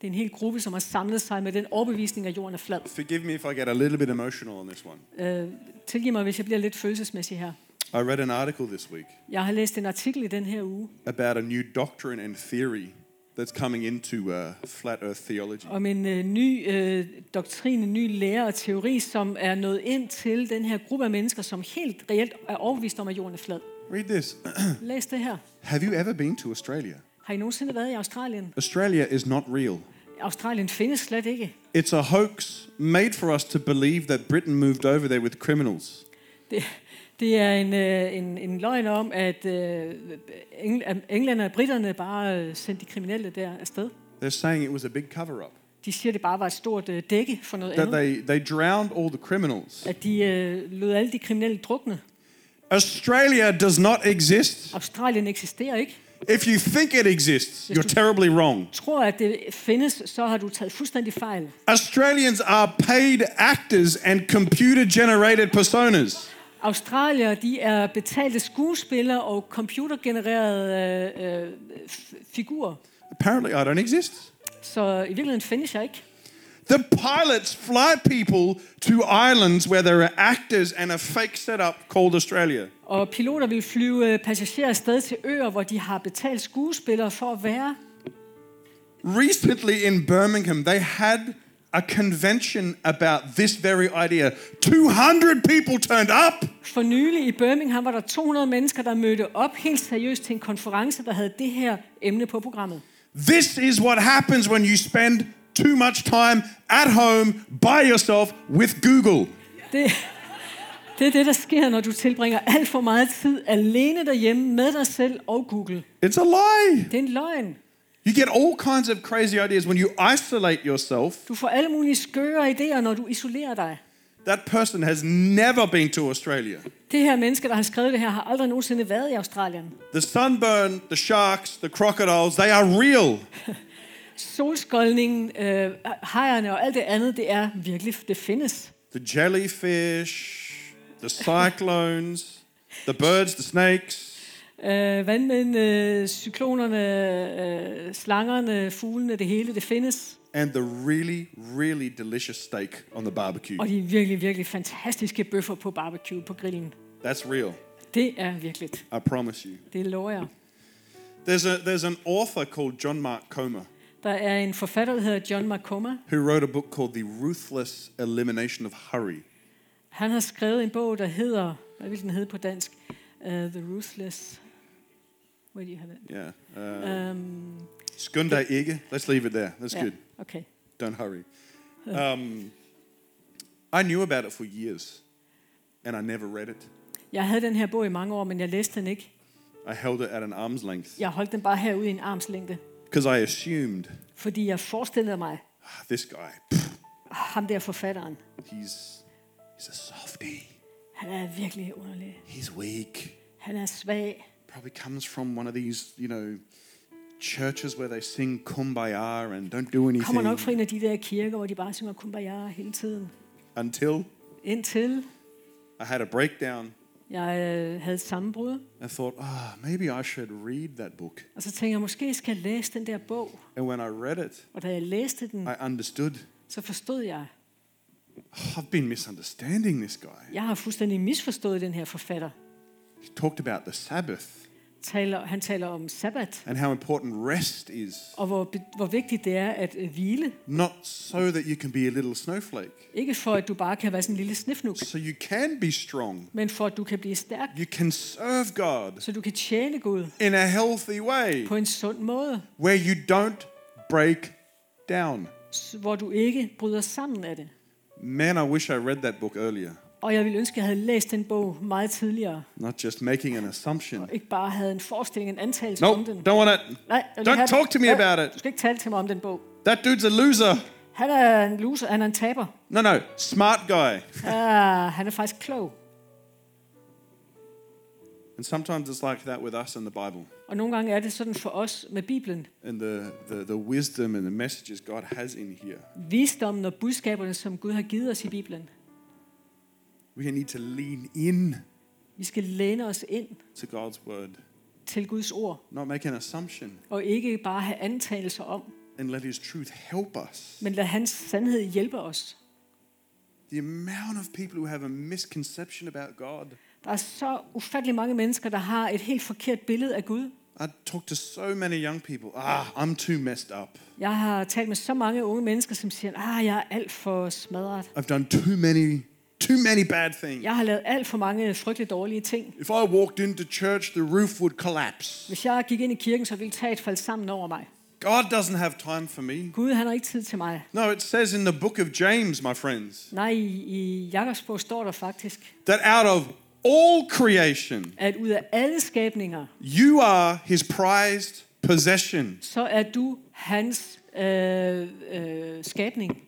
B: Det er en hel gruppe, som har samlet sig med den overbevisning, at jorden er flad.
A: Forgive me if I get a little bit emotional on this one.
B: Øh, tilgiv mig, hvis jeg bliver lidt følelsesmæssig her.
A: I read an article this week
B: Jeg har læst en artikel i den her uge
A: about a new doctrine and theory that's coming into uh, flat earth theology.
B: om en øh, ny øh, doktrin, en ny lære og teori, som er nået ind til den her gruppe af mennesker, som helt reelt er overbevist om, at jorden er flad.
A: Read this.
B: Læs det her.
A: Have you ever been to Australia?
B: Har I nogensinde været i Australien?
A: Australia is not real.
B: Australien findes slet ikke.
A: It's a hoax made for us to believe that Britain moved over there with criminals.
B: Det, det er en, øh, en, en løgn om, at øh, Engl- at englænder og britterne bare øh, sendte de kriminelle der afsted.
A: They're saying it was a big cover up,
B: De siger, det bare var et stort øh, dække for noget
A: that
B: andet.
A: they, they drowned all the criminals.
B: At de øh, lod alle de kriminelle drukne.
A: Australia does not exist.
B: Australien eksisterer ikke.
A: If you think it exists, you're terribly wrong.
B: Tror, at det findes, så har du taget fuldstændig fejl.
A: Australians are paid actors and computer generated personas.
B: Australier, de er betalte skuespillere og computergenererede øh, øh, f- figurer.
A: Apparently, I don't exist.
B: Så i virkeligheden findes jeg ikke.
A: The pilots fly people to islands where there are actors and a fake setup called Australia.
B: Og piloter vil flyve øh, passagerer afsted til øer, hvor de har betalt skuespillere for at være.
A: Recently in Birmingham, they had a convention about this very idea. 200 people turned up.
B: For nylig i Birmingham var der 200 mennesker, der mødte op helt seriøst til en konference, der havde det her emne på programmet.
A: This is what happens when you spend too much time at home by yourself with Google.
B: Det, det er det, der sker, når du tilbringer alt for meget tid alene derhjemme med dig selv og Google.
A: It's a lie.
B: Det er en løgn.
A: You get all kinds of crazy ideas when you isolate yourself.
B: Du får alle mulige skøre idéer, når du isolerer dig.
A: That person has never been to Australia.
B: Det her menneske, der har skrevet det her, har aldrig nogensinde været i Australien.
A: The sunburn, the sharks, the crocodiles, they are real.
B: Solskoldningen, øh, hejerne og alt det andet, det er virkelig, det findes.
A: The jellyfish, the cyclones, the birds, the snakes.
B: Øh, vandmændene, cyklonerne, øh, slangerne, fuglene, det hele, det findes.
A: And the really, really delicious steak on the barbecue.
B: Og de er virkelig, virkelig fantastiske bøffer på barbecue på grillen.
A: That's real,
B: Det er virkeligt.
A: I promise you.
B: Det lover jeg.
A: There's, a, there's an author called John Mark Comer
B: Der er en forfatter, der hedder John McCormack.
A: who wrote a book called The Ruthless Elimination of Hurry.
B: Han har skrevet en bog, der hedder, hvad vil den hedde på dansk? Uh, The Ruthless... Where do you have it?
A: Yeah. Uh,
B: Um,
A: Skunda Ege. Let's leave it there. That's good.
B: Okay.
A: Don't hurry. Um, I knew about it for years, and I never read it.
B: Jeg havde den her bog i mange år, men jeg læste den ikke.
A: I held it at an arm's length
B: Jeg holdt den bare herude i en armslængde,
A: because I assumed
B: fordi jeg forestillede mig,
A: "Ah, this guy, pff,
B: ham der forfatteren,
A: he's he's a softie.
B: han er virkelig underlig.
A: He's weak.
B: Han er svag.
A: Probably comes from one of these, you know, churches where they sing "Kumbaya" and don't do
B: Kommer nok
A: anything
B: fra en af de der kirker, hvor de bare synger kumbaya hele tiden.
A: until
B: Indtil
A: I had a breakdown
B: jeg øh, havde et sammenbrud,
A: and thought, ah, maybe I should read that book.
B: og så tænkte jeg, måske skal jeg læse den der bog.
A: And when I read it,
B: Og da jeg læste den,
A: I understood. "Ah,
B: så forstod jeg,
A: I've been misunderstanding this guy.
B: Jeg har fuldstændig misforstået den her forfatter.
A: He talked about the Sabbath
B: Taler, han taler om sabbat,
A: and how important rest is.
B: og hvor, be- hvor vigtigt det er at øh, hvile.
A: Not so that you can be a little snowflake,
B: Ikke for, at du bare kan være sådan en lille snifnuk,
A: so you can be strong.
B: men for, at du kan blive stærk,
A: You can serve God
B: så du kan tjene Gud
A: in a healthy way
B: på en sund måde,
A: where you don't break down.
B: s- hvor du ikke bryder sammen af det.
A: Man, I wish I read that book earlier,
B: Og jeg ville ønske, at jeg havde læst den bog meget tidligere,
A: not just making an assumption.
B: og ikke bare havde en forestilling, en antagelse
A: No,
B: om den.
A: don't want it.
B: Nej, jeg
A: don't
B: vil ikke have den.
A: talk to me
B: Nej,
A: about it.
B: Du skal ikke tale til mig om den bog.
A: That dude's a loser.
B: Han er en loser, han er en taber.
A: No, no, smart guy.
B: Ah, han er faktisk klog.
A: And sometimes it's like that with us in the Bible
B: Og nogle gange er det sådan for os med Bibelen.
A: and the, the, the wisdom and the messages God has in here.
B: Visdommen og budskaberne, som Gud har givet os i Bibelen.
A: We need to lean in
B: Vi skal læne os ind
A: to God's word,
B: til Guds ord,
A: not make an assumption,
B: og ikke bare have antagelser om,
A: and let His truth help us.
B: men lad hans sandhed hjælpe os.
A: The amount of people who have a misconception about God.
B: Der er så ufattelig mange mennesker, der har et helt forkert billede af Gud.
A: I talk to so many young people. Ah, I'm too messed up.
B: Jeg har talt med så mange unge mennesker, som siger, ah, jeg er alt for smadret.
A: I've done too many, too many bad things.
B: Jeg har lavet alt for mange frygtelig dårlige ting.
A: If I walked into church, the roof would collapse.
B: Hvis jeg gik ind i kirken, så ville taget falde sammen over mig.
A: God doesn't have time for me.
B: Gud, han har ikke tid til mig.
A: No, it says in the book of James, my friends,
B: Nej, i, i Jakobsbog står der faktisk,
A: that out of all creation,
B: at ud af alle skabninger,
A: you are his prized possession.
B: så er du hans øh, øh, skabning.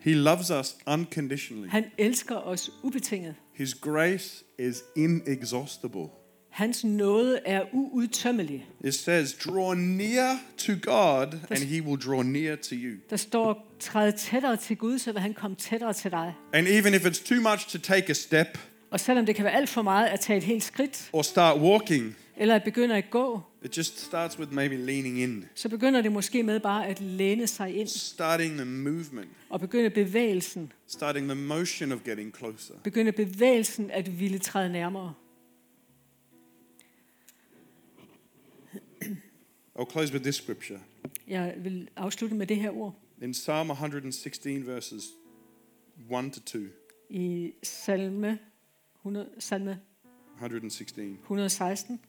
A: He loves us unconditionally.
B: Han elsker os ubetinget.
A: His grace is inexhaustible.
B: Hans nåde er uudtømmelig.
A: It says, draw near to God, and he will draw near to you.
B: Der står, træd tættere til Gud, så vil han komme tættere til dig.
A: And even if it's too much to take a step
B: Og selvom det kan være alt for meget at tage et helt skridt,
A: or start walking,
B: eller at begynde at gå,
A: it just starts with maybe leaning in,
B: så begynder det måske med bare at læne sig ind
A: starting the movement,
B: og begynde bevægelsen.
A: starting the motion of getting closer.
B: Begynde bevægelsen at ville træde nærmere.
A: I'll close with this scripture.
B: Jeg vil afslutte med det her ord.
A: In Psalm 116, verses 1 to 2,
B: I salme, 100, salme
A: 116,
B: 116.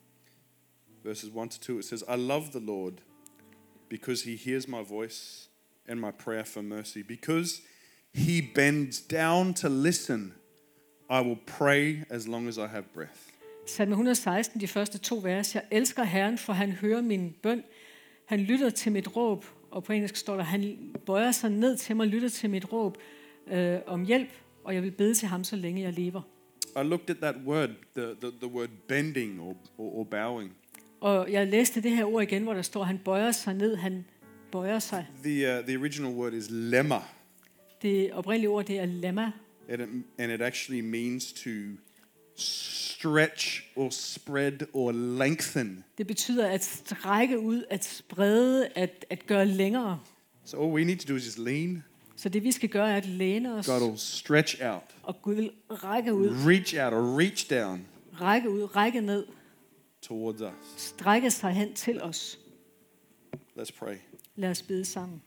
A: verses 1 to 2, it says, I love the Lord because he hears my voice and my prayer for mercy. Because he bends down to listen, I will pray as long as I have breath.
B: Salme 116, de første to vers. Jeg elsker Herren, for han hører min bøn. Han lytter til mit råb, og på engelsk står der, han bøjer sig ned til mig og lytter til mit råb øh, om hjælp, og jeg vil bede til ham, så længe jeg lever.
A: I looked at that word, the, the, the word bending or, or, or bowing.
B: Og jeg læste det her ord igen, hvor der står, han bøjer sig ned, han bøjer sig.
A: The, uh, the original word is lemma,
B: Det oprindelige ord, det er lemma,
A: and it, and it actually means to stretch or spread or lengthen.
B: Det betyder at strække ud, at sprede, at, at gøre længere.
A: So all we need to do is just lean.
B: Så det vi skal gøre er at læne os,
A: God will stretch out,
B: og Gud vil række ud,
A: reach out, or reach down
B: række ud, række ned,
A: towards us.
B: strække sig hen til os.
A: Let's pray.
B: Lad os bede sammen.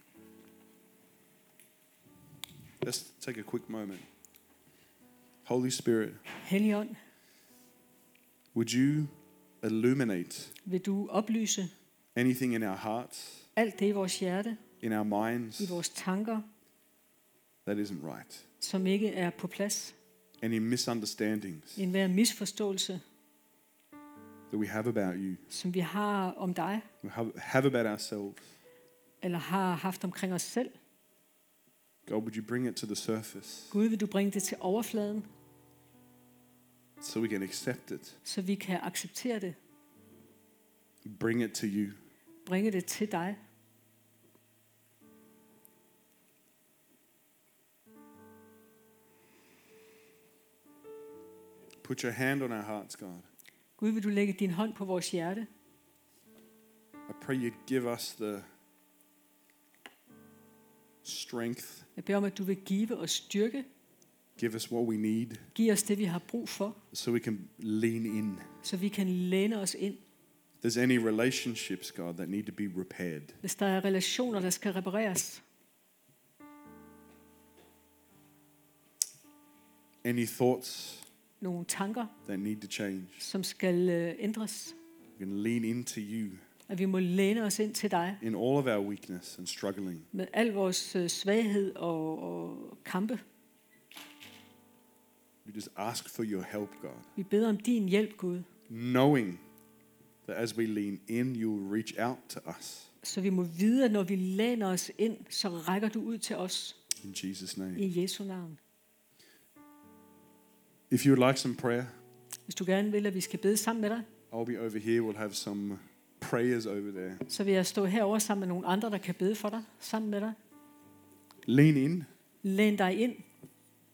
A: Let's take a quick moment. Holy Spirit,
B: Helligånd,
A: would you illuminate
B: vil du oplyse
A: anything in our hearts,
B: alt det i vores hjerte,
A: in our minds
B: i vores tanker,
A: that isn't right?
B: som ikke er på plads.
A: any misunderstandings
B: En hver misforståelse,
A: that we have about you,
B: som vi har om dig,
A: we have, have about ourselves.
B: eller har haft omkring os selv.
A: God, would you bring it to the surface
B: Gud, vil du bringe det til overfladen,
A: so we can accept it,
B: så vi kan acceptere det,
A: bring it to you,
B: bringe det til dig.
A: put your hand on our hearts, God.
B: Gud, vil du lægge din hånd på vores hjerte?
A: I pray you'd give us the strength,
B: Jeg beder om, at du vil give os styrke,
A: give us what we need
B: give os det, vi har brug for,
A: so we can lean in.
B: så vi kan læne os ind.
A: If there's any relationships, God, that need to be repaired,
B: Hvis der er relationer, der skal repareres,
A: any thoughts
B: nogle tanker,
A: that need to change,
B: som skal øh, ændres,
A: we can lean into you
B: at vi må læne os ind til dig
A: in all of our weakness and struggling.
B: med al vores øh, svaghed og, og kampe.
A: We just ask for your help, God,
B: Vi beder om din hjælp, Gud,
A: knowing that as we lean in, you'll reach out to us.
B: så vi må vide, at når vi læner os ind, så rækker du ud til os
A: In Jesus' name.
B: i Jesu navn.
A: If you would like some prayer,
B: Hvis du gerne vil, at vi skal bede sammen med dig,
A: I'll be over here. We'll have some prayers over there.
B: så vil jeg stå herover sammen med nogle andre, der kan bede for dig, sammen med dig.
A: Lean in
B: Læn dig ind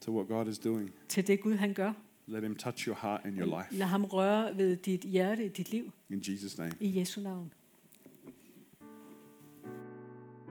A: to what God is doing.
B: til det Gud, han gør.
A: Let Him touch your heart and your life.
B: Lad ham røre ved dit hjerte i dit liv
A: In Jesus' name.
B: i Jesu navn.